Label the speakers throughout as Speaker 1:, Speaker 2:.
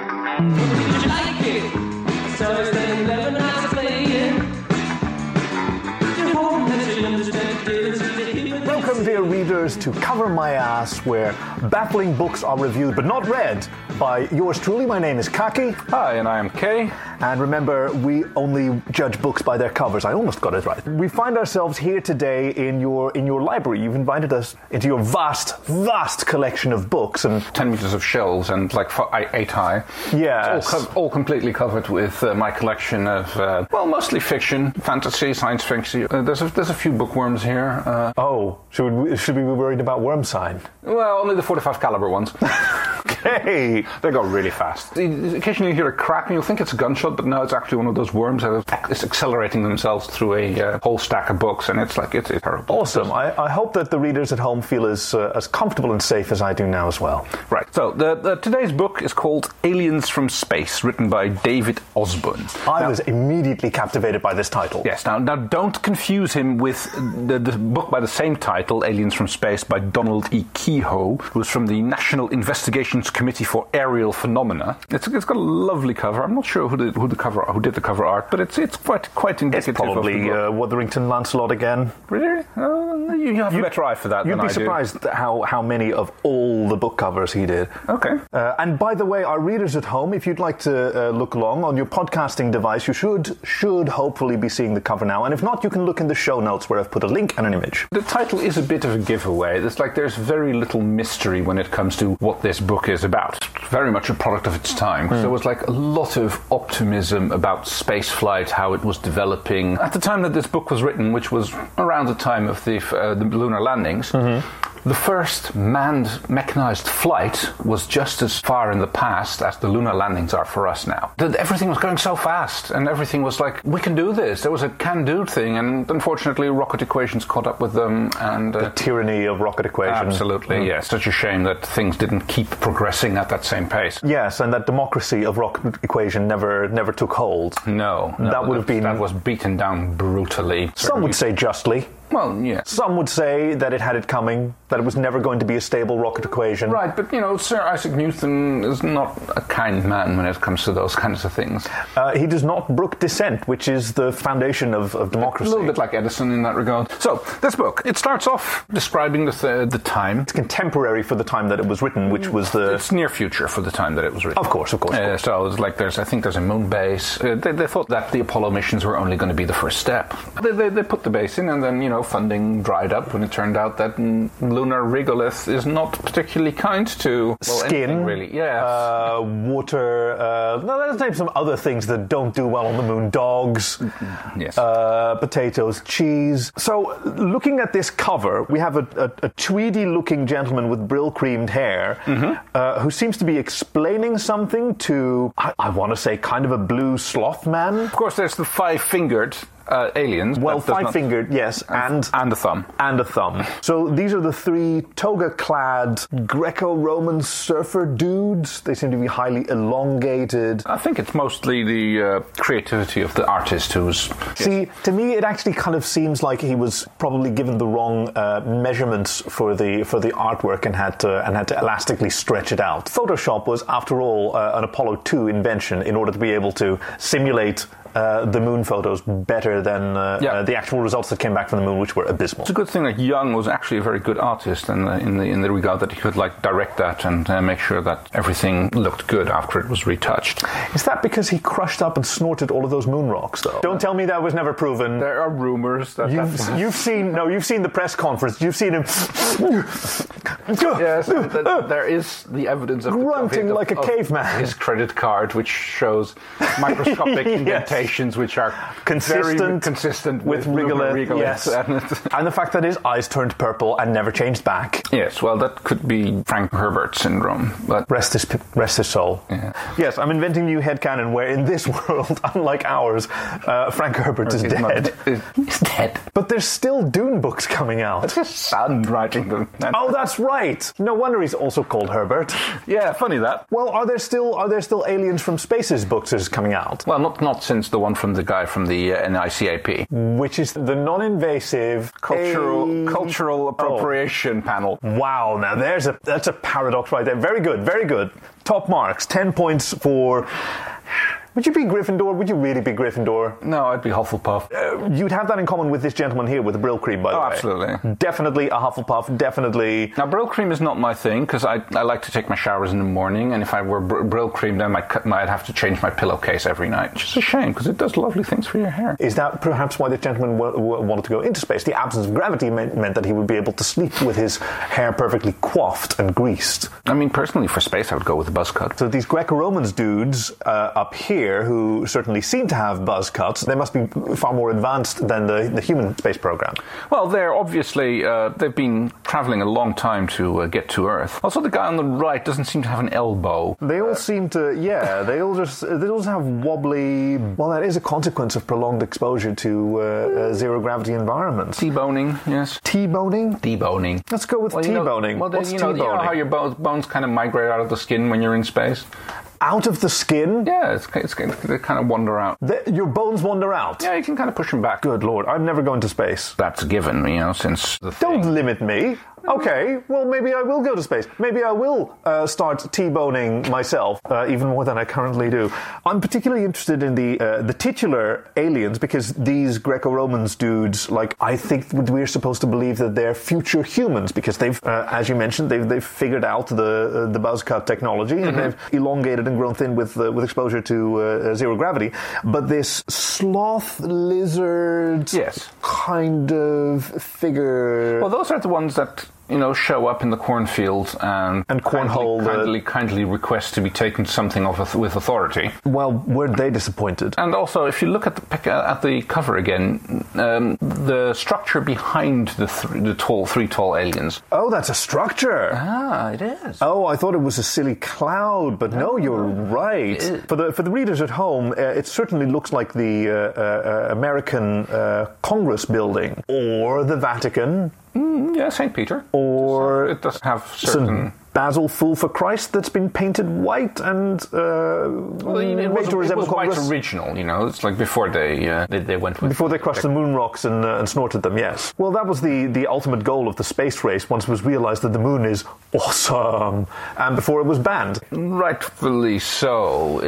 Speaker 1: Did you like it? So it's then 11 nights playing. You won't let you understand the difference between the
Speaker 2: Welcome, dear readers, to Cover My Ass, where baffling books are reviewed but not read by yours truly. My name is Kaki,
Speaker 3: Hi, and I am Kay.
Speaker 2: and remember, we only judge books by their covers. I almost got it right. We find ourselves here today in your in your library. You've invited us into your vast, vast collection of books, and
Speaker 3: 10 meters of shelves and like fi- eight- eight high.
Speaker 2: Yes.
Speaker 3: It's All, co- all completely covered with uh, my collection of, uh, well, mostly fiction, fantasy, science fiction. Uh, there's, a, there's a few bookworms here. Uh,
Speaker 2: oh, should we, should we be worried about Worm Sign?
Speaker 3: well, only the 45 caliber ones.
Speaker 2: Hey,
Speaker 3: They go really fast. You- Occasionally you hear a crack and you'll think it's a gunshot, but no, it's actually one of those worms that is ac- is accelerating themselves through a uh, whole stack of books, and it's like, it's, it's terrible.
Speaker 2: awesome! I, I hope that the readers at home feel as uh, as comfortable and safe as I do now as well.
Speaker 3: Right. So the, the, today's book is called Aliens from Space, written by David Osborne.
Speaker 2: I
Speaker 3: Now-
Speaker 2: was immediately captivated by this title.
Speaker 3: Yes. Now, now don't confuse him with the, the book by the same title, Aliens from Space, by Donald E. Kehoe, who's from the National Investigations Committee for Aerial Phenomena. It's, it's got a lovely cover. I'm not sure who did, who the cover who did the cover art, but it's it's quite quite indicative. of
Speaker 2: Probably
Speaker 3: the book.
Speaker 2: uh, Wutherington Lancelot again.
Speaker 3: really? Uh, you, you have a better eye for that.
Speaker 2: You'd
Speaker 3: than
Speaker 2: be
Speaker 3: I do.
Speaker 2: surprised at how, how many of all the book covers he did.
Speaker 3: Okay.
Speaker 2: Uh, and by the way, our readers at home, if you'd like to uh, look along on your podcasting device, you should should hopefully be seeing the cover now. And if not, you can look in the show notes where I've put a link and an image.
Speaker 3: The title is a bit of a giveaway. It's like there's very little mystery when it comes to what this book is about. It's very much a product of its time. There was like a lot of optimism about space flight, how it was developing. At the time that this book was written, which was around the time of the, uh, the lunar landings, the first manned, mechanized flight was just as far in the past as the lunar landings are for us now. That everything was going so fast, and everything was like, we can do this. There was a can do thing, and unfortunately, rocket equations caught up with them. And uh,
Speaker 2: Tyranny of rocket equation.
Speaker 3: absolutely,
Speaker 2: Mm.
Speaker 3: yeah, such a shame that things didn't keep progressing at that same pace.
Speaker 2: Yes, and that democracy of rocket equation never never took hold.
Speaker 3: No, no,
Speaker 2: That would have been-
Speaker 3: that was beaten down brutally.
Speaker 2: Some would say justly.
Speaker 3: well, yeah.
Speaker 2: Some would say that it had it coming, that it was never going to be a stable rocket equation.
Speaker 3: Right, but you know, Sir Isaac Newton is not a kind man when it comes to those kinds of things.
Speaker 2: Uh, he does not brook dissent, which is the foundation of, of democracy.
Speaker 3: A little bit like Edison in that regard. So this book, it starts off describing the th- the time.
Speaker 2: Contemporary for the time that it was written, which was the.
Speaker 3: Mm. It's near future for the time that it was written.
Speaker 2: Of course, of course, of
Speaker 3: Uh, so it's like there's, I think there's a moon base. Uh, they, they thought that the Apollo missions were only going to be the first step. They, they, they put the base in, and then you know funding dried up when it turned out that mm, lunar regolith is not particularly kind to well,
Speaker 2: Skin,
Speaker 3: anything really. Yeah.
Speaker 2: Uh, water. Uh, no, let's name some other things that don't do well on the moon. Dogs,
Speaker 3: Mm-hmm. yes.
Speaker 2: uh, potatoes, cheese. So, looking at this cover, we have a, a, a tweedy-looking gentleman with brill-creamed hair
Speaker 3: Mm-hmm.
Speaker 2: uh, who seems to be explaining something to, I, I want to say, kind of a blue sloth man.
Speaker 3: of course, there's the five-fingered uh, aliens.
Speaker 2: Well,
Speaker 3: That does not-
Speaker 2: five-fingered, yes, and
Speaker 3: and the thumb.
Speaker 2: and a thumb. So these are the three toga clad Greco Roman surfer dudes. They seem to be highly elongated.
Speaker 3: I think it's mostly the uh, creativity of the artist who's.
Speaker 2: See, to me, it actually kind of seems like he was probably given the wrong uh, measurements for the for the artwork and had to and had to elastically stretch it out. Photoshop was, after all, uh, an Apollo two invention in order to be able to simulate. Uh, the moon photos better than uh,
Speaker 3: Yeah.
Speaker 2: uh, the actual results that came back from the moon, which were abysmal.
Speaker 3: It's a good thing that Young was actually a very good artist, and uh, in the in the regard that he could like direct that and uh, make sure that everything looked good after it was retouched.
Speaker 2: Is that because he crushed up and snorted all of those moon rocks, though? Don't tell me that was never proven.
Speaker 3: There are rumors that
Speaker 2: You've, you've seen no, you've seen the press conference. You've seen him.
Speaker 3: yes, that there is the evidence of the
Speaker 2: Grunting
Speaker 3: of-
Speaker 2: like a
Speaker 3: of
Speaker 2: caveman.
Speaker 3: His credit card, which shows microscopic
Speaker 2: Yes.
Speaker 3: indentations, which are
Speaker 2: consistent,
Speaker 3: very consistent with, lunar regolith.
Speaker 2: Yes,
Speaker 3: And it's-
Speaker 2: and the fact that his eyes turned purple and never changed back.
Speaker 3: yes, well, that could be Frank Herbert syndrome, but
Speaker 2: Rest his, p- rest his soul. Yes, I'm inventing new headcanon where in this world, unlike ours, uh, Frank Herbert is
Speaker 3: he's not-
Speaker 2: dead.
Speaker 3: he's dead.
Speaker 2: But there's still Dune books coming out.
Speaker 3: It's his son writing them.
Speaker 2: Oh, that's right. No wonder he's also called Herbert.
Speaker 3: yeah, funny that.
Speaker 2: Well, are there still are there still aliens from spaces books that is coming out?
Speaker 3: Well, not not since the one from the guy from the uh, NICAP
Speaker 2: which is the non-invasive
Speaker 3: cultural
Speaker 2: A-
Speaker 3: cultural
Speaker 2: Oh.
Speaker 3: appropriation panel.
Speaker 2: Wow, now there's a that's a paradox right there. Very good, very good. Top marks, ten points for. Would you be Gryffindor? Would you really be Gryffindor?
Speaker 3: No, I'd be Hufflepuff.
Speaker 2: Uh, you'd have that in common with this gentleman here with the Brill Cream, by the
Speaker 3: Oh,
Speaker 2: way.
Speaker 3: absolutely.
Speaker 2: Definitely a Hufflepuff. Definitely.
Speaker 3: Now, Brill cream is not my thing because I, I like to take my showers in the morning, and if I were br- Brill cream, then I'd, cut my, I'd have to change my pillowcase every night. Which is a shame because it does lovely things for your hair.
Speaker 2: Is that perhaps why the gentleman w- w- wanted to go into space? The absence of gravity meant, meant that he would be able to sleep with his hair perfectly coiffed and greased.
Speaker 3: I mean, personally, for space, I would go with a buzz cut.
Speaker 2: So these Greco-Romans dudes uh, up here, who certainly seem to have buzz cuts, they must be far more advanced than the, the human space program.
Speaker 3: Well, they're obviously uh, they've been traveling a long time to uh, get to Earth. Also, the guy on the right doesn't seem to have an elbow.
Speaker 2: They all seem to, yeah, they all just they all just have wobbly. Well, that is a consequence of prolonged exposure to uh, uh, zero gravity environments.
Speaker 3: T-boning, yes.
Speaker 2: T-boning.
Speaker 3: T-boning.
Speaker 2: Let's go with
Speaker 3: Well, you know-
Speaker 2: T-boning.
Speaker 3: well, then,
Speaker 2: What's
Speaker 3: you know, you know
Speaker 2: T-boning?
Speaker 3: how your bones, bones kind of migrate out of the skin when you're in space?
Speaker 2: Out of the skin,
Speaker 3: Yeah, it's, it's, they kind of wander out.
Speaker 2: The- your bones wander out.
Speaker 3: Yeah, you can kind of push them back.
Speaker 2: Good lord, I'm never going to space.
Speaker 3: That's a given, you know, since the
Speaker 2: Don't
Speaker 3: thing.
Speaker 2: limit me. Okay, well, maybe I will go to space. Maybe I will uh, start T-boning myself, uh, even more than I currently do. I'm particularly interested in the uh, the titular aliens because these Greco-Romans dudes, like, I think we're supposed to believe that they're future humans because they've, uh, as you mentioned, they've, they've figured out the uh, the buzz cut technology and they've elongated and grown thin with uh, with exposure to uh, uh, zero gravity. But this sloth lizard,
Speaker 3: Yes.
Speaker 2: kind of figure.
Speaker 3: Well, those are the ones that you know show up in the cornfields and
Speaker 2: And cornhole the-
Speaker 3: kindly, kindly, kindly request to be taken something of auth- with authority.
Speaker 2: Well, weren't they disappointed?
Speaker 3: And also, if you look at the pic- uh, at the cover again, um, the structure behind the th- the tall three tall aliens.
Speaker 2: Oh, that's a structure.
Speaker 3: Ah, it is.
Speaker 2: Oh, I thought it was a silly cloud, but no, you're right.
Speaker 3: It-
Speaker 2: For the for the readers at home, uh, it certainly looks like the uh, uh, uh, American uh, Congress building or the Vatican
Speaker 3: Um, yeah, Saint Peter.
Speaker 2: Or-
Speaker 3: it does have certain.
Speaker 2: St. Basil Fool for Christ that's been painted white and uh,
Speaker 3: Well, it, it
Speaker 2: made
Speaker 3: was,
Speaker 2: to
Speaker 3: it
Speaker 2: resemble
Speaker 3: was quite
Speaker 2: Congress
Speaker 3: original, you know. It's like before they uh, they, they went with
Speaker 2: before they crushed the moon rocks and, uh, and snorted them. Yes. Well, that was the the ultimate goal of the space race. Once it was realized that the moon is awesome, and before it was banned.
Speaker 3: Rightfully so.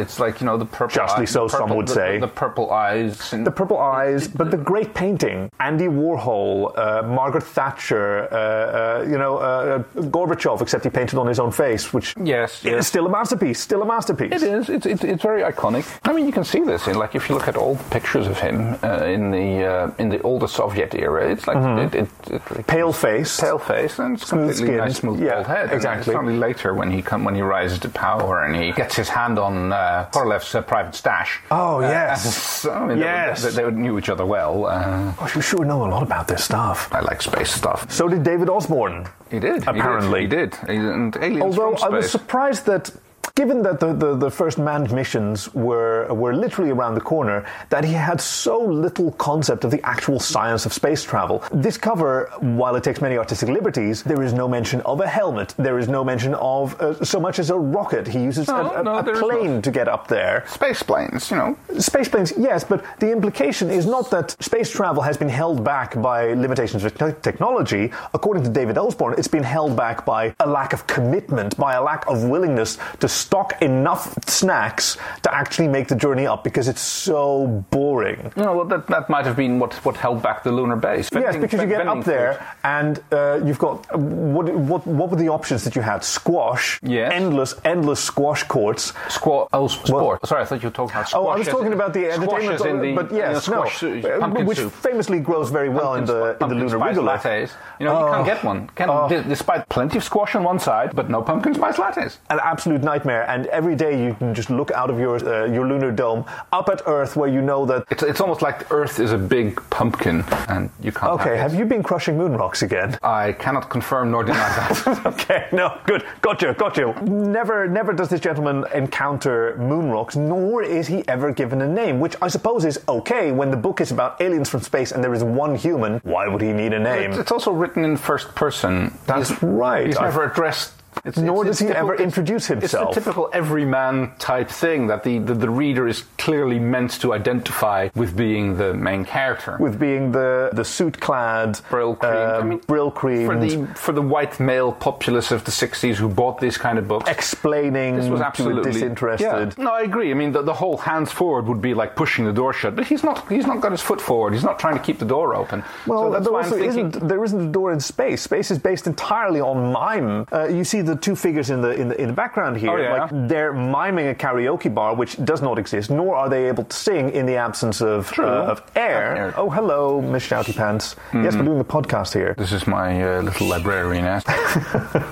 Speaker 3: It's like you know the purple.
Speaker 2: Justly
Speaker 3: eye-
Speaker 2: so,
Speaker 3: the
Speaker 2: some
Speaker 3: purple-
Speaker 2: would
Speaker 3: the,
Speaker 2: say.
Speaker 3: the purple eyes. And
Speaker 2: The purple eyes, but the great painting, Andy Warhol, uh, Margaret Thatcher, uh, uh, you know, uh, Gorbachev, except he painted on his own face, which
Speaker 3: Yes,
Speaker 2: is
Speaker 3: yes.
Speaker 2: still a masterpiece, still a masterpiece.
Speaker 3: It is. It's, it's, it's very iconic. I mean, you can see this in like if you look at old pictures of him uh, in the uh, in the older Soviet era. It's like it, it, it like
Speaker 2: Pale face.
Speaker 3: pale face and it's completely
Speaker 2: skin.
Speaker 3: nice, Mm-hmm. smooth
Speaker 2: Yeah,
Speaker 3: bald head. And
Speaker 2: exactly.
Speaker 3: It's only later when he come when he rises to power and he gets his hand on uh, Korolev's uh, private stash.
Speaker 2: Oh,
Speaker 3: Uh,
Speaker 2: yes.
Speaker 3: I mean,
Speaker 2: Yes.
Speaker 3: They, would- they, they knew each other well. Uh,
Speaker 2: Gosh, you sure know a lot about this stuff.
Speaker 3: I like space stuff.
Speaker 2: So did David Osborne.
Speaker 3: He did.
Speaker 2: Apparently.
Speaker 3: He did. He did. And aliens
Speaker 2: Although
Speaker 3: from
Speaker 2: I was
Speaker 3: space.
Speaker 2: surprised that, given that the, the, the first manned missions were were literally around the corner, that he had so little concept of the actual science of space travel. This cover, while it takes many artistic liberties, there is no mention of a helmet. There is no mention of uh, so much as a rocket. He uses a-
Speaker 3: No,
Speaker 2: a,
Speaker 3: no,
Speaker 2: a
Speaker 3: there is
Speaker 2: plane to get up there.
Speaker 3: space planes, you know.
Speaker 2: Space planes, yes, but the implication is not that space travel has been held back by limitations of te- technology. According to David Osborne, it's been held back by a lack of commitment, by a lack of willingness to stock enough snacks to actually make the journey up because it's so boring.
Speaker 3: No, well, that, that might have been what, what held back the lunar base.
Speaker 2: Yes,
Speaker 3: Vending-
Speaker 2: because you get
Speaker 3: vending
Speaker 2: up there and uh, you've got what, what? What were the options that you had? Squash,
Speaker 3: Yes.
Speaker 2: endless, endless squash courts,
Speaker 3: food. Squat. Oh, s-
Speaker 2: Well-
Speaker 3: sport. Sorry, I thought you were talking about squash.
Speaker 2: Oh, I was
Speaker 3: as
Speaker 2: talking
Speaker 3: in-
Speaker 2: about the
Speaker 3: squash
Speaker 2: entertainment,
Speaker 3: as in the,
Speaker 2: but
Speaker 3: you know,
Speaker 2: yes,
Speaker 3: squash
Speaker 2: no,
Speaker 3: soup,
Speaker 2: uh,
Speaker 3: pumpkin
Speaker 2: which
Speaker 3: soup.
Speaker 2: famously grows very well in the
Speaker 3: Pumpkin spi-
Speaker 2: in the lunar
Speaker 3: pumpkin spice
Speaker 2: regolith.
Speaker 3: lattes. You know, you can't
Speaker 2: Oh.
Speaker 3: get one. Can, d- despite plenty of squash on one side, but no pumpkin spice lattes.
Speaker 2: An absolute nightmare, and every day you can just look out of your uh, your lunar dome up at Earth, where you know that.
Speaker 3: It's, it's almost like Earth is a big pumpkin, and you can't.
Speaker 2: Okay,
Speaker 3: have
Speaker 2: have
Speaker 3: it.
Speaker 2: you been crushing moon rocks again?
Speaker 3: I cannot confirm nor deny that.
Speaker 2: okay, no, good, gotcha, gotcha. Never, never does this gentleman encounter moon rocks, nor is he ever given a name, which I suppose is okay when the book is about aliens from space and there is one human. Why would he need a name?
Speaker 3: It's, it's also written in first person.
Speaker 2: That's right.
Speaker 3: He's
Speaker 2: I-
Speaker 3: never addressed It's,
Speaker 2: Nor
Speaker 3: it's-
Speaker 2: does he
Speaker 3: it's
Speaker 2: ever
Speaker 3: typical-
Speaker 2: introduce
Speaker 3: It's the
Speaker 2: himself.
Speaker 3: typical everyman type thing that the, the, the reader is clearly meant to identify with being the main character.
Speaker 2: with being the the suit clad, um,
Speaker 3: Brill creamed. I mean,
Speaker 2: brill
Speaker 3: for the for the white male populace of the 60s who bought these kind of books.
Speaker 2: explaining,
Speaker 3: This was
Speaker 2: to the
Speaker 3: absolutely
Speaker 2: disinterested.
Speaker 3: Yeah. No, I agree. I mean, the, the whole hands forward would be like pushing the door shut, but he's not. He's not got his foot forward. He's not trying to keep the door open.
Speaker 2: Well,
Speaker 3: so that's
Speaker 2: there,
Speaker 3: why
Speaker 2: also
Speaker 3: I'm thinking,
Speaker 2: isn't, there isn't a door in space. Space is based entirely on mime. Uh, you see the two figures in the in the, in the background here.
Speaker 3: Oh, yeah.
Speaker 2: Like they're miming a karaoke bar, which does not exist, nor are they able to sing in the absence of
Speaker 3: True. Mm-hmm.
Speaker 2: uh, of air.
Speaker 3: Air.
Speaker 2: Oh, hello, Miss Shouty Pants. Yes, we're doing a podcast here.
Speaker 3: This is my uh, little librarian.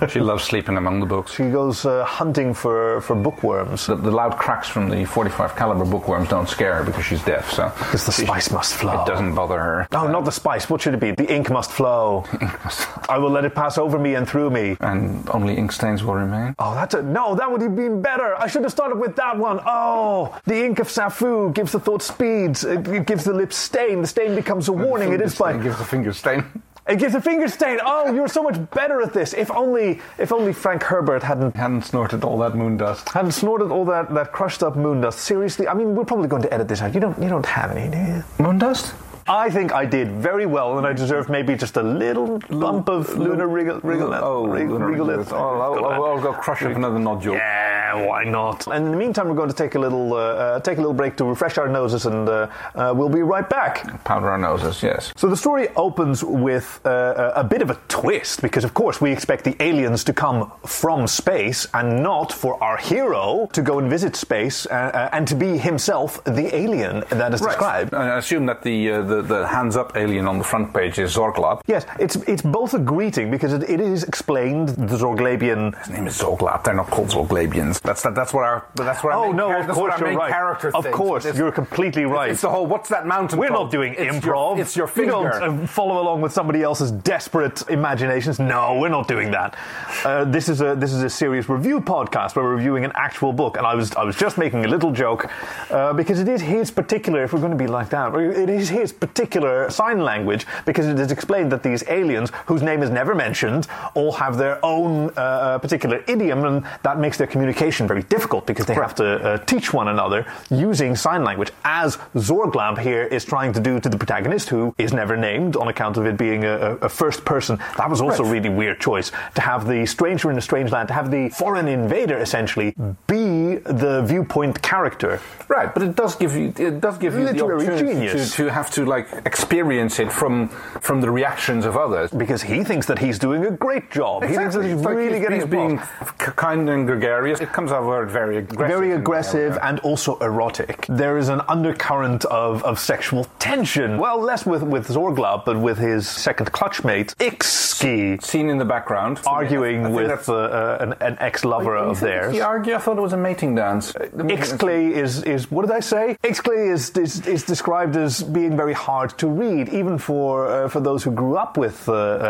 Speaker 3: she loves sleeping among the books.
Speaker 2: She goes uh, hunting for for bookworms
Speaker 3: The, the loud cracks from the 45 caliber bookworms don't scare her because she's deaf, so
Speaker 2: because the spice must flow.
Speaker 3: it doesn't bother her.
Speaker 2: Oh, not the spice. What should it be? The ink must flow. I will let it pass over me and through me.
Speaker 3: And only ink stains will remain.
Speaker 2: Oh, that's a no. That would have been better. I should have started with that one. Oh, the ink of Safu gives the thought speeds. It, it gives the lips stain. The stain becomes a warning. It
Speaker 3: Finger
Speaker 2: is
Speaker 3: stain
Speaker 2: by.
Speaker 3: gives a finger stain.
Speaker 2: It gives a finger stain. Oh, you're so much better at this. If only, if only Frank Herbert hadn't
Speaker 3: Hadn't snorted all that moon dust.
Speaker 2: hadn't snorted all that, that crushed up moon dust. Seriously, I mean, we're probably going to edit this out. You don't you don't have any, do you?
Speaker 3: Moon dust?
Speaker 2: I think I did very well, and I deserve maybe just a little bump of lunar wriggle. wriggle-
Speaker 3: Oh,
Speaker 2: wrig-
Speaker 3: lunar
Speaker 2: wriggleth.
Speaker 3: wriggleth. I'll, I'll, I'll, I'll go crush up another nodule.
Speaker 2: Yeah, why not? And in the meantime, we're going to take a little uh, uh, take a little break to refresh our noses, and uh, uh, we'll be right back.
Speaker 3: Powder our noses, yes.
Speaker 2: So the story opens with uh, a a bit of a twist, because of course we expect the aliens to come from space, and not for our hero to go and visit space uh, uh, and to be himself the alien that is described.
Speaker 3: And I assume that the, uh, the the hands up alien on the front page is Zorglab.
Speaker 2: Yes, it's it's both a greeting because it, it is explained the Zorglabian.
Speaker 3: His name is Zorglab. They're not called Zorglabians. That's that, that's what our that's what our
Speaker 2: Oh
Speaker 3: main
Speaker 2: no,
Speaker 3: char-
Speaker 2: of
Speaker 3: that's
Speaker 2: course
Speaker 3: what our
Speaker 2: you're
Speaker 3: main
Speaker 2: right.
Speaker 3: character
Speaker 2: of
Speaker 3: thinks.
Speaker 2: course,
Speaker 3: It's-
Speaker 2: you're completely right.
Speaker 3: It's the whole what's that mountain?
Speaker 2: We're
Speaker 3: called?
Speaker 2: not doing
Speaker 3: It's your-
Speaker 2: improv.
Speaker 3: it's your
Speaker 2: You
Speaker 3: finger.
Speaker 2: don't uh, follow along with somebody else's desperate imaginations. No, we're not doing that. Uh, this is a this is a serious review podcast where we're reviewing an actual book, and I was I was just making a little joke uh, because it is his particular. If we're going to be like that, it is his particular sign language because it is explained that these aliens, whose name is never mentioned, all have their own uh, particular idiom, and that makes their communication very difficult because they have to uh, teach one another using sign language, as Zorglab here is trying to do to the protagonist, who is never named on account of it being a, a- a first person. That was also a really weird choice to have the stranger in a strange land, to have the foreign invader essentially be the viewpoint character.
Speaker 3: Right, but it does give you it does give you
Speaker 2: Literary
Speaker 3: the opportunity to,
Speaker 2: genius.
Speaker 3: to have to like experience it from from the reactions of others.
Speaker 2: Because he thinks that he's doing a great job. He thinks that
Speaker 3: Exactly.
Speaker 2: he's
Speaker 3: It's like
Speaker 2: really
Speaker 3: he's-
Speaker 2: getting
Speaker 3: he's
Speaker 2: it wrong.
Speaker 3: being c- kind and gregarious. It comes over very aggressive.
Speaker 2: very
Speaker 3: in
Speaker 2: aggressive
Speaker 3: there.
Speaker 2: and also erotic. There is an undercurrent of, of sexual tension. Well, less with, with Zorglab, but with his second clutchmate, Ixki,
Speaker 3: Seen in the background, I
Speaker 2: arguing
Speaker 3: think
Speaker 2: with
Speaker 3: that's-
Speaker 2: uh, uh, an, an ex lover of
Speaker 3: Is it-
Speaker 2: theirs.
Speaker 3: He argue. I thought it was a mating dance.
Speaker 2: Ixclay is, is what did I say? Ixclay is, is is described as being very hard to read, even for uh, for those who grew up with uh, uh,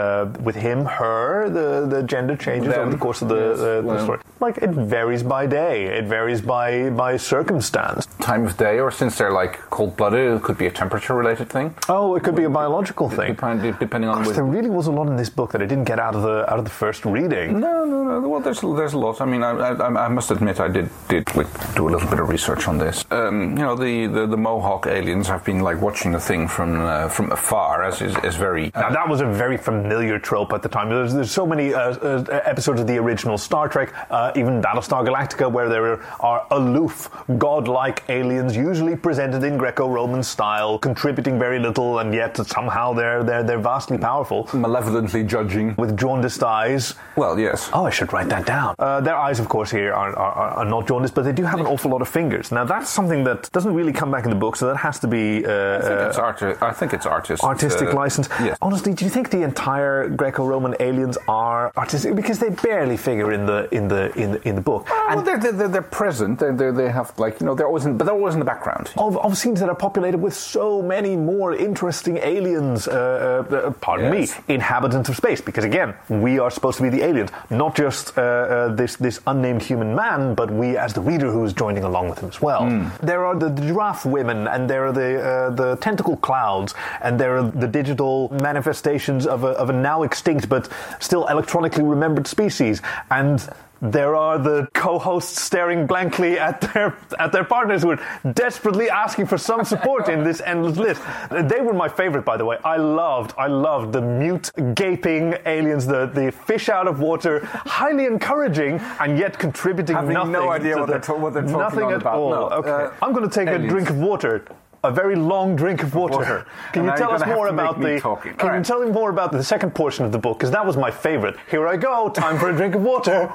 Speaker 2: with him, her. The the gender changes
Speaker 3: Them.
Speaker 2: over the course of the,
Speaker 3: Yes,
Speaker 2: uh, the
Speaker 3: well.
Speaker 2: story. Like it varies by day, it varies by by circumstance.
Speaker 3: time of day, or since they're like cold blooded, it could be a temperature related thing.
Speaker 2: Oh, it could be a biological thing.
Speaker 3: Depend- depending on
Speaker 2: Gosh,
Speaker 3: which.
Speaker 2: there really was a lot in this book that I didn't get out of the out of the first reading.
Speaker 3: No, no, no. Well, there's there's a lot. I mean, I, I, I must admit, I did did like, do a little bit of research on this. Um, you know, the, the, the Mohawk aliens have been like watching the thing from uh, from afar, as is, is very uh,
Speaker 2: Now that was a very familiar trope at the time. There's, there's so many uh, uh, episodes of the original Star Trek, uh, even Battlestar Galactica, where there are aloof, godlike aliens, usually presented in Greco-Roman style, contributing very little, and yet somehow they're they're they're vastly powerful
Speaker 3: malevolently judging.
Speaker 2: with jaundiced eyes.
Speaker 3: Well, yes.
Speaker 2: Oh, I should write that down. Uh, their eyes, of course, here are, are, are- are not jaundiced, but they do have an awful lot of fingers. Now, that's something that doesn't really come back in the book, so that has to be uh,
Speaker 3: I think
Speaker 2: uh,
Speaker 3: it's arti- I think it's artist.
Speaker 2: artistic
Speaker 3: uh,
Speaker 2: license.
Speaker 3: Yes.
Speaker 2: Honestly, do you think the entire Greco-Roman aliens are artistic because they barely figure in the in the in the, in the book?
Speaker 3: Well,
Speaker 2: And
Speaker 3: they're, they're- they're, they're present. They're, they're, they have like you know they're always in, but they're always in the background.
Speaker 2: of, of scenes that are populated with so many more interesting aliens, uh, uh, uh, pardon
Speaker 3: Yes.
Speaker 2: me, inhabitants of space. Because again, we are supposed to be the aliens, not just uh, uh, this this unnamed human man, but we as the reader who is joining along with him as well. There are the giraffe women, and there are the uh, the tentacle clouds, and there are the digital manifestations of a, of a now extinct but still electronically remembered species, and. There are the co-hosts staring blankly at their at their partners who are desperately asking for some support in this endless list. They were my favorite, by the way. I loved I loved the mute gaping aliens, the the fish out of water, highly encouraging and yet contributing
Speaker 4: Having
Speaker 2: nothing.
Speaker 4: no idea
Speaker 2: to
Speaker 4: what
Speaker 2: the-
Speaker 4: they're ta- what they're talking
Speaker 2: nothing
Speaker 4: on
Speaker 2: at
Speaker 4: about,
Speaker 2: all.
Speaker 4: no.
Speaker 2: Okay,
Speaker 4: Uh,
Speaker 2: I'm going to take a
Speaker 4: aliens.
Speaker 2: drink of water. A very long drink of water.
Speaker 4: Water.
Speaker 2: Can
Speaker 4: And
Speaker 2: you
Speaker 4: now
Speaker 2: tell
Speaker 4: you're
Speaker 2: us
Speaker 4: gonna have
Speaker 2: more
Speaker 4: to make
Speaker 2: about
Speaker 4: me
Speaker 2: the?
Speaker 4: talking.
Speaker 2: Can
Speaker 4: All
Speaker 2: you
Speaker 4: right.
Speaker 2: tell me more about the second portion of the book? Because that was my favorite. Here I go. Time for a drink of water.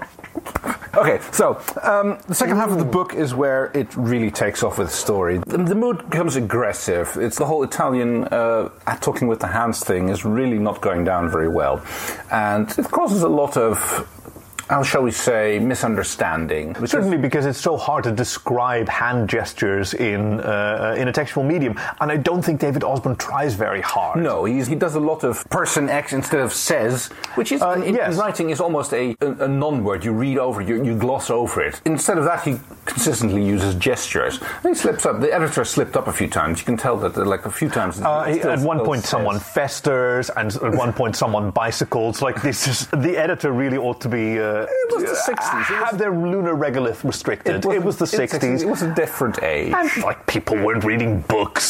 Speaker 3: Okay, so um, the second half of the book is where it really takes off with story. The, the mood becomes aggressive. It's the whole Italian uh, talking with the hands thing is really not going down very well, and it causes a lot of, how shall we say, misunderstanding. which is-
Speaker 2: Certainly, because it's so hard to describe hand gestures in uh, in a textual medium, and I don't think David Osborne tries very hard.
Speaker 3: No, he's, he does a lot of person X instead of says, which is
Speaker 2: Uh,
Speaker 3: in, in
Speaker 2: yes.
Speaker 3: writing is almost a, a, a non-word. You read over, it, you, you gloss over it. Instead of that, he consistently uses gestures. And he slips up. The editor slipped up a few times. You can tell that uh, like a few times.
Speaker 2: Uh,
Speaker 3: he
Speaker 2: he-
Speaker 3: still-
Speaker 2: at one
Speaker 3: still
Speaker 2: point,
Speaker 3: says.
Speaker 2: someone festers, and at one point, someone bicycles. Like this is the editor really ought to be. Uh,
Speaker 3: It was the 60s. It was-
Speaker 2: Have their lunar regolith restricted. It was, the sixties.
Speaker 3: It was a different age.
Speaker 2: And like people weren't reading books.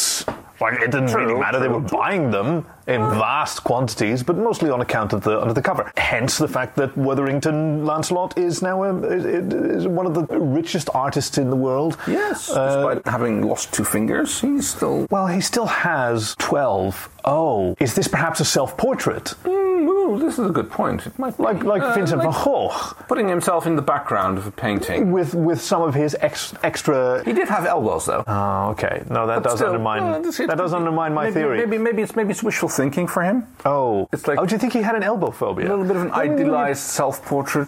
Speaker 2: Like it didn't really matter. They were buying them in
Speaker 3: Hmm.
Speaker 2: vast quantities, but mostly on account of the under the cover. Hence the fact that Wutherington Lancelot is now um, is, is one of the richest artists in the world.
Speaker 3: yes,
Speaker 2: Uh,
Speaker 3: despite having lost two fingers, he's still.
Speaker 2: well, he still has 12. Oh, is this perhaps a self portrait?
Speaker 3: Hmm, ooh, this is a good point. It might be.
Speaker 2: Like, like
Speaker 3: Uh,
Speaker 2: Vincent
Speaker 3: like
Speaker 2: van Mm. Gogh,
Speaker 3: putting himself in the background of a painting.
Speaker 2: with, with some of his ex, extra.
Speaker 3: He did have elbows though.
Speaker 2: Oh, okay. No, that
Speaker 3: Hmm. But
Speaker 2: does
Speaker 3: still,
Speaker 2: undermine.
Speaker 3: uh, this- it
Speaker 2: that does
Speaker 3: could be-
Speaker 2: undermine my
Speaker 3: maybe-
Speaker 2: theory.
Speaker 3: Maybe, maybe it's maybe it's wishful thinking for him.
Speaker 2: Oh,
Speaker 3: It's like-
Speaker 2: oh, do you think he had an elbow phobia?
Speaker 3: A little bit of an idealized self-portrait.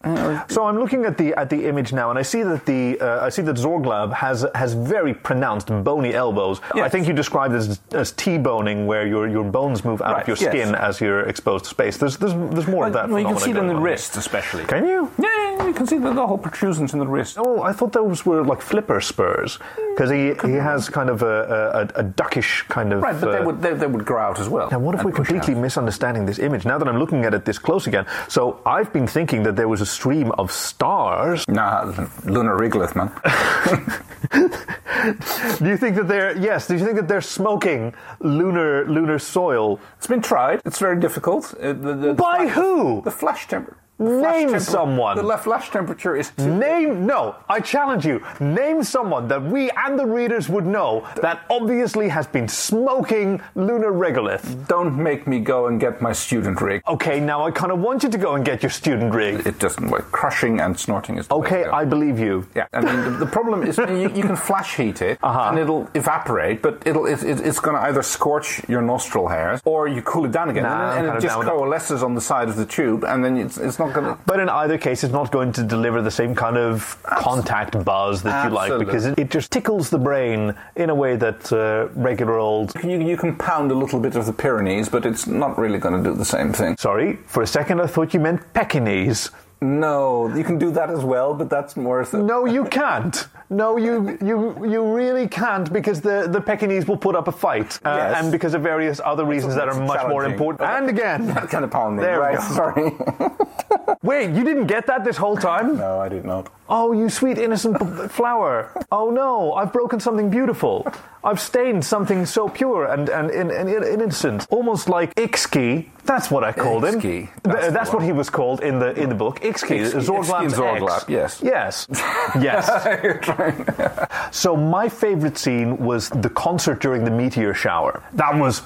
Speaker 2: So I'm looking at the at the image now, and I see that the uh, I see that Zorglab has has very pronounced bony elbows. I
Speaker 3: Yes.
Speaker 2: think you described this as, as T-boning, where your your bones move out
Speaker 3: Right,
Speaker 2: of your
Speaker 3: yes.
Speaker 2: skin as you're exposed to space. There's there's, there's more of that.
Speaker 3: well, you can
Speaker 2: phenomenon
Speaker 3: see it in
Speaker 2: going
Speaker 3: the
Speaker 2: on here.
Speaker 3: wrist, especially.
Speaker 2: Can you?
Speaker 3: Yeah, yeah, you can see the, the whole protrusions in the wrist.
Speaker 2: Oh, I thought those were like flipper spurs because he, he has kind of a, a, a duckish kind of
Speaker 3: Right, but they
Speaker 2: uh,
Speaker 3: would they, they would grow out as well.
Speaker 2: Now, what if
Speaker 3: and
Speaker 2: we're
Speaker 3: push
Speaker 2: completely
Speaker 3: out.
Speaker 2: misunderstanding this image? Now that I'm looking at it this close again, so I've been thinking that there was a stream of stars.
Speaker 3: Nah, lunar regolith, man.
Speaker 2: Do you think that they're yes? Do you think that they're smoking lunar lunar soil?
Speaker 3: it's been tried. It's very difficult. Uh, the, the, the
Speaker 2: By
Speaker 3: flash-
Speaker 2: who?
Speaker 3: The flash temperature.
Speaker 2: Name someone.
Speaker 3: The le- flash temperature is two.
Speaker 2: Name no. I challenge you. Name someone that we and the readers would know that obviously has been smoking lunar regolith.
Speaker 3: Don't make me go and get my student rig.
Speaker 2: Okay, now I kind of want you to go and get your student rig.
Speaker 3: It doesn't work. Crushing and snorting is. The way
Speaker 2: Okay,
Speaker 3: to go.
Speaker 2: I believe you.
Speaker 3: Yeah, I mean, the, the problem is I mean, you, you can flash heat it
Speaker 2: Uh-huh.
Speaker 3: and it'll evaporate, but it'll it, it, it's going to either scorch your nostril hairs or you cool it down again,
Speaker 2: Nah,
Speaker 3: and, then-
Speaker 2: cut
Speaker 3: and
Speaker 2: it
Speaker 3: it just
Speaker 2: down.
Speaker 3: coalesces on the side of the tube, and then it's, it's not going to.
Speaker 2: But in either case, it's not going to deliver the same kind of contact buzz that you like
Speaker 3: Absolutely.
Speaker 2: because it, it just tickles the brain in a way that uh, regular old.
Speaker 3: You, you can pound a little bit of the Pyrenees, but it's not really going to do the same thing.
Speaker 2: Sorry, for a second I thought you meant Pekingese.
Speaker 3: No, you can do that as well, but that's more. Th-
Speaker 2: No, you can't. No, you you you really can't because the, the Pekingese will put up a fight, uh,
Speaker 3: Yes.
Speaker 2: and because of various other reasons that
Speaker 3: that's
Speaker 2: are much more
Speaker 3: challenging.
Speaker 2: important. And again,
Speaker 3: That kind of pounding,
Speaker 2: There we
Speaker 3: right?
Speaker 2: go.
Speaker 3: Sorry.
Speaker 2: wait, you didn't get that this whole time?
Speaker 3: no, I did not.
Speaker 2: Oh, you sweet innocent b- flower. Oh no, I've broken something beautiful. I've stained something so pure and, and, and, and, and innocent. Almost like Ixki. That's what I called him.
Speaker 3: Ixki,
Speaker 2: That's,
Speaker 3: that's the
Speaker 2: that's what
Speaker 3: one.
Speaker 2: he was called in the in the book. Ixki.
Speaker 3: Ixki,
Speaker 2: Zorglab's
Speaker 3: Ixki and
Speaker 2: ex.
Speaker 3: Zorglab, yes.
Speaker 2: Yes. Yes.
Speaker 3: You're trying.
Speaker 2: so my favorite scene was the concert during the meteor shower. That was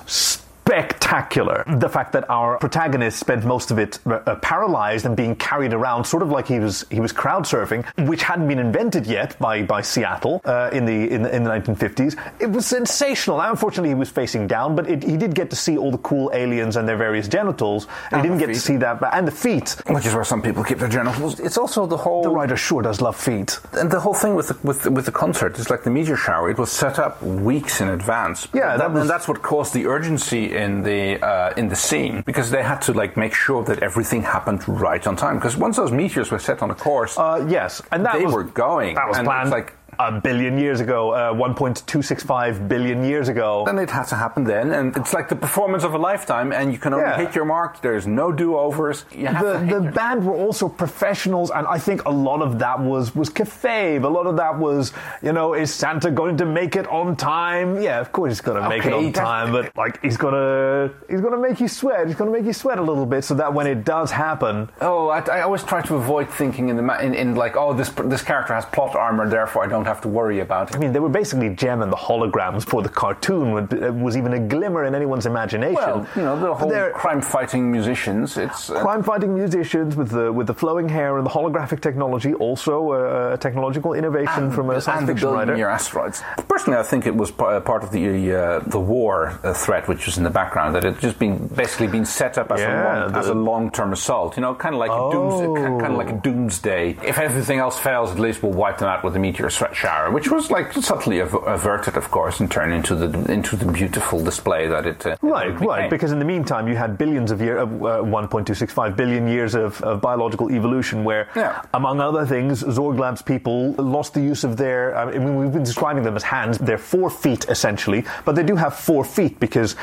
Speaker 2: spectacular. The fact that our protagonist spent most of it uh, paralyzed and being carried around, sort of like he was he was crowd surfing, which hadn't been invented yet by by Seattle uh, in the in the, in the 1950s. It was sensational. Now, unfortunately, he was facing down, but it, he did get to see all the cool aliens and their various genitals. he didn't get
Speaker 3: the
Speaker 2: to
Speaker 3: feet.
Speaker 2: see that, but- and the feet.
Speaker 3: Which is where some people keep their genitals. It's also the whole.
Speaker 2: The writer sure does love feet.
Speaker 3: And the whole thing with the, with the, with the concert is like the meteor shower. It was set up weeks in advance.
Speaker 2: Yeah, that
Speaker 3: that,
Speaker 2: was-
Speaker 3: and that's what caused the urgency in the the uh, in the scene because they had to like make sure that everything happened right on time. Because once those meteors were set on a course,
Speaker 2: Uh, yes, and that
Speaker 3: they
Speaker 2: was,
Speaker 3: were going.
Speaker 2: That was
Speaker 3: and it's
Speaker 2: planned
Speaker 3: like-
Speaker 2: a billion years ago, uh, 1.265 billion years ago.
Speaker 3: then it has to happen then, and it's like the performance of a lifetime, and you can only
Speaker 2: Yeah.
Speaker 3: hit your mark. There's no do-overs. You have to hit
Speaker 2: the, the
Speaker 3: your-
Speaker 2: band were also professionals, and I think a lot of that was was kayfabe. A lot of that was, you know, is Santa going to make it on time? Yeah, of course he's going to make it
Speaker 3: Okay,
Speaker 2: on
Speaker 3: that's-
Speaker 2: time, but like he's gonna he's gonna make you sweat. He's gonna make you sweat a little bit, so that when it does happen,
Speaker 3: oh, I, I always try to avoid thinking in the ma- in, in like, oh, this this character has plot armor, therefore I don't have to worry about
Speaker 2: I
Speaker 3: it.
Speaker 2: mean, they were basically Gem and the holograms for the cartoon. when It was even a glimmer in anyone's imagination.
Speaker 3: Well, you know, the
Speaker 2: But
Speaker 3: whole
Speaker 2: they're-
Speaker 3: crime-fighting musicians. It's uh,
Speaker 2: crime-fighting musicians with the with the flowing hair and the holographic technology, also uh, a, a technological innovation from a science
Speaker 3: and the
Speaker 2: fiction
Speaker 3: billion
Speaker 2: writer.
Speaker 3: year asteroids. Personally, I think it was p- uh, part of the uh, the war uh, threat, which was in the background, that it just been basically been set up as
Speaker 2: Yeah,
Speaker 3: a long,
Speaker 2: the-
Speaker 3: as a long term assault. You know, kind of like a dooms,
Speaker 2: Oh.
Speaker 3: kind of like a doomsday. If everything else fails, at least we'll wipe them out with a meteor sh- shower, which was like subtly av- averted, of course, and turned into the into the beautiful display that it. Uh,
Speaker 2: Right,
Speaker 3: it
Speaker 2: right.
Speaker 3: became.
Speaker 2: Because in the meantime, you had billions of year, uh, uh, 1.265 billion years of, of biological evolution, where,
Speaker 3: Yeah.
Speaker 2: among other things, Zorglab's people lost the use of their. uh, I mean, we've been describing them as hands. They're four feet essentially, but they do have four feet because,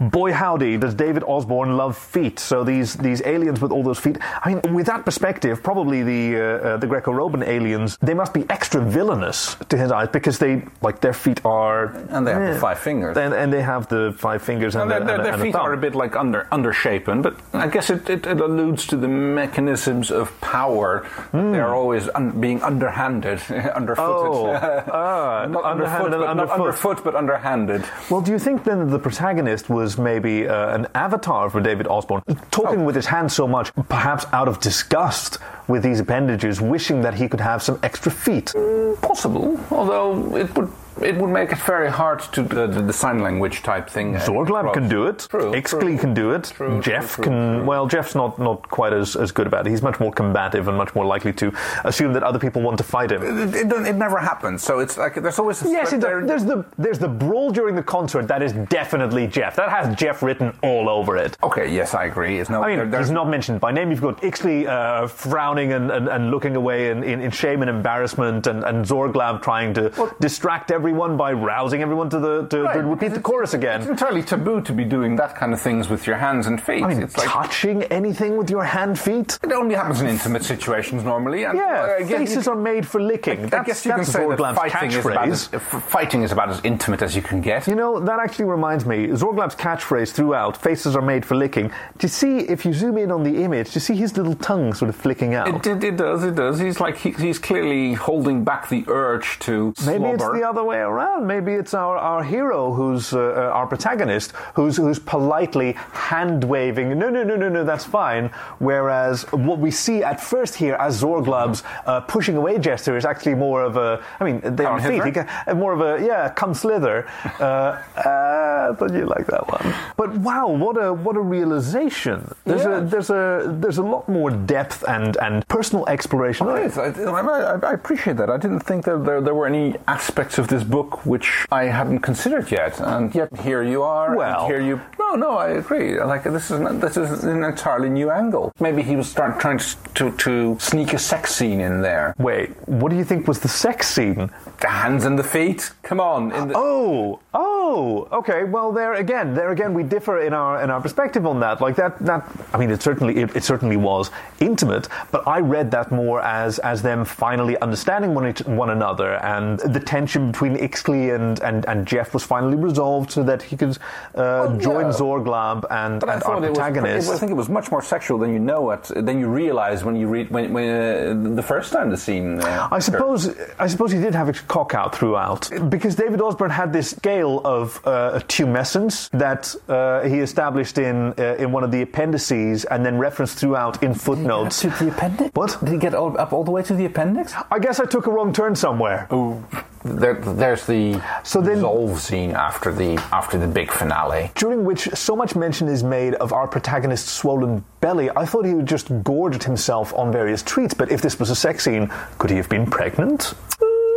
Speaker 2: boy howdy, does David Osborne love feet? So these these aliens with all those feet. I mean, with that perspective, probably the uh, uh, the Greco-Roman aliens they must be extra villainous to his eyes because they like their feet are
Speaker 3: And they have the
Speaker 2: Eh.
Speaker 3: five fingers.
Speaker 2: and, and they have the five fingers and,
Speaker 3: And their,
Speaker 2: the,
Speaker 3: their,
Speaker 2: and, the-
Speaker 3: their
Speaker 2: and the
Speaker 3: feet
Speaker 2: thumb.
Speaker 3: are a bit like under undershapen, but I guess it, it, it alludes to the mechanisms of power. They're always un, being underhanded, underfooted.
Speaker 2: Oh, ah, underhanded
Speaker 3: not underfoot,
Speaker 2: and
Speaker 3: but not
Speaker 2: underfoot.
Speaker 3: underfoot, but underhanded.
Speaker 2: Well, do you think then that the protagonist was maybe uh, an avatar for David Osborne, talking
Speaker 3: Oh.
Speaker 2: with his hands so much, perhaps out of disgust with these appendages, wishing that he could have some extra feet?
Speaker 3: Possible, although it would it would make it very hard to the, the, the sign language type thing. uh,
Speaker 2: Zorglab can do it.
Speaker 3: True,
Speaker 2: Ixcli
Speaker 3: true.
Speaker 2: can do it.
Speaker 3: True,
Speaker 2: Jeff
Speaker 3: true, true,
Speaker 2: can. Well, Jeff's not, not quite as, as good about it. He's much more combative and much more likely to assume that other people want to fight him.
Speaker 3: It, it, it never happens, so it's like there's always a
Speaker 2: Yes,
Speaker 3: threat
Speaker 2: it
Speaker 3: there.
Speaker 2: does. There's the there's the brawl during the concert. That is definitely Jeff. That has Jeff written all over it.
Speaker 3: Okay, yes, I agree. It's no,
Speaker 2: I mean,
Speaker 3: there- there's
Speaker 2: he's not mentioned by name. You've got Ixley uh, frowning and, and, and looking away in, in, in shame and embarrassment, and, and Zorglab trying to distract everyone by rousing everyone to the to,
Speaker 3: Right,
Speaker 2: to repeat
Speaker 3: because
Speaker 2: the
Speaker 3: it's-
Speaker 2: chorus
Speaker 3: It's
Speaker 2: again.
Speaker 3: entirely taboo to be doing that kind of things with your hands and feet.
Speaker 2: I mean,
Speaker 3: it's like
Speaker 2: touching anything with your hand, feet.
Speaker 3: it only happens in intimate situations normally. And
Speaker 2: Yeah,
Speaker 3: I guess you
Speaker 2: faces
Speaker 3: can-
Speaker 2: are made for licking.
Speaker 3: I
Speaker 2: That's,
Speaker 3: guess you can
Speaker 2: that's
Speaker 3: say that
Speaker 2: Zorglab's
Speaker 3: fighting is, about as,
Speaker 2: catchphrase.
Speaker 3: f- fighting is about as intimate as you can get.
Speaker 2: You know, that actually reminds me, Zorglab's catchphrase throughout, faces are made for licking. Do you see, if you zoom in on the image, do you see his little tongue sort of flicking out?
Speaker 3: It, it, it does, it does. He's like, he, he's clearly holding back the urge to
Speaker 2: Maybe
Speaker 3: slobber.
Speaker 2: it's the other way around. Maybe it's our, our hero who's uh, uh, our protagonist who's, who's politely hand waving, no, no, no, no, no, that's fine. Whereas what we see at first here as Zorglab's uh, pushing away gesture is actually more of a, I mean, they're
Speaker 3: Come
Speaker 2: on feet,
Speaker 3: hither.
Speaker 2: he can, uh, more of a, yeah, come slither. Uh, uh, I thought you like that one. But wow, what a, what a realization. There's,
Speaker 3: Yeah.
Speaker 2: a, there's, a, there's a lot more depth and, and personal exploration.
Speaker 3: It is. I, I- I appreciate that. I didn't think that there, there were any aspects of this book which I hadn't considered yet, and yet here you are. and
Speaker 2: Well-
Speaker 3: here you. No, no, I agree. Like this is an, this is an entirely new angle. Maybe he was start trying to to sneak a sex scene in there.
Speaker 2: Wait, what do you think was the sex scene?
Speaker 3: The hands and the feet. Come on. In the,
Speaker 2: Oh, oh, okay. Well, there again, there again, we differ in our in our perspective on that. Like that, that I mean, it certainly it, it certainly was intimate, but I read that more as as them finally understanding one, each, one another, and the tension between Ixley and, and and Jeff was finally resolved, so that he could uh,
Speaker 3: Well,
Speaker 2: join
Speaker 3: yeah.
Speaker 2: Zorglab and,
Speaker 3: But I
Speaker 2: and our
Speaker 3: thought it
Speaker 2: protagonist.
Speaker 3: was. I think it was much more sexual than you know it, than you realize when you read when, when uh, the first time the scene. Uh,
Speaker 2: I suppose I suppose he did have a cock out throughout because David Osborne had this scale of uh, tumescence that uh, he established in uh, in one of the appendices and then referenced throughout in footnotes.
Speaker 3: the appendix.
Speaker 2: What?
Speaker 3: did he get all, up all the way to the appendix?
Speaker 2: I guess I took a wrong turn somewhere.
Speaker 3: Oh, There, there's the
Speaker 2: So then-
Speaker 3: resolve scene after the after the big finale.
Speaker 2: During which so much mention is made of our protagonist's swollen belly, I thought he had just gorged himself on various treats. But if this was a sex scene, could he have been pregnant?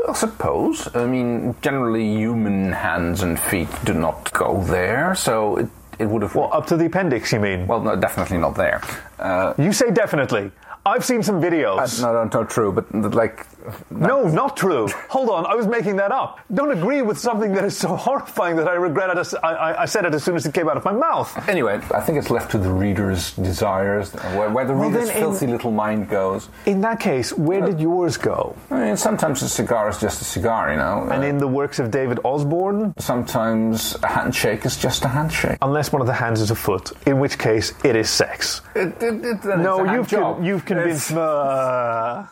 Speaker 3: I suppose. I mean, generally, human hands and feet do not go there, so it, it would have.
Speaker 2: Well, up to the appendix, you mean?
Speaker 3: Well, no, definitely not there. Uh,
Speaker 2: you say definitely. I've seen some
Speaker 3: uh,
Speaker 2: videos.
Speaker 3: no, no, no, true, but like,
Speaker 2: no, not true. Hold on, I was making that up. Don't agree with something that is so horrifying that I regret it. As, I, I, I said it as soon as it came out of my mouth.
Speaker 3: anyway, I think it's left to the reader's desires, where, where the
Speaker 2: Well,
Speaker 3: reader's
Speaker 2: then in-
Speaker 3: filthy little mind goes.
Speaker 2: In that case, where did yours go?
Speaker 3: I mean, sometimes a cigar is just a cigar, you know.
Speaker 2: And
Speaker 3: Uh,
Speaker 2: in the works of David Osborne,
Speaker 3: sometimes a handshake is just a handshake.
Speaker 2: unless one of the hands is a foot, in which case it is sex.
Speaker 3: It, it, it,
Speaker 2: No, you've, con- you've convinced me.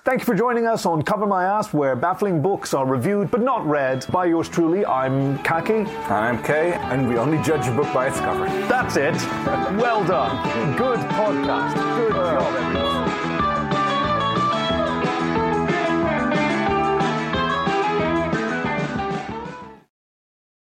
Speaker 2: Thank you for joining us on Cover My Ass, where baffling books are reviewed but not read by yours truly. I'm Kaki.
Speaker 3: I'm Kay, and we only judge a book by its cover.
Speaker 2: That's it. Well done. Good podcast. Good job, everyone.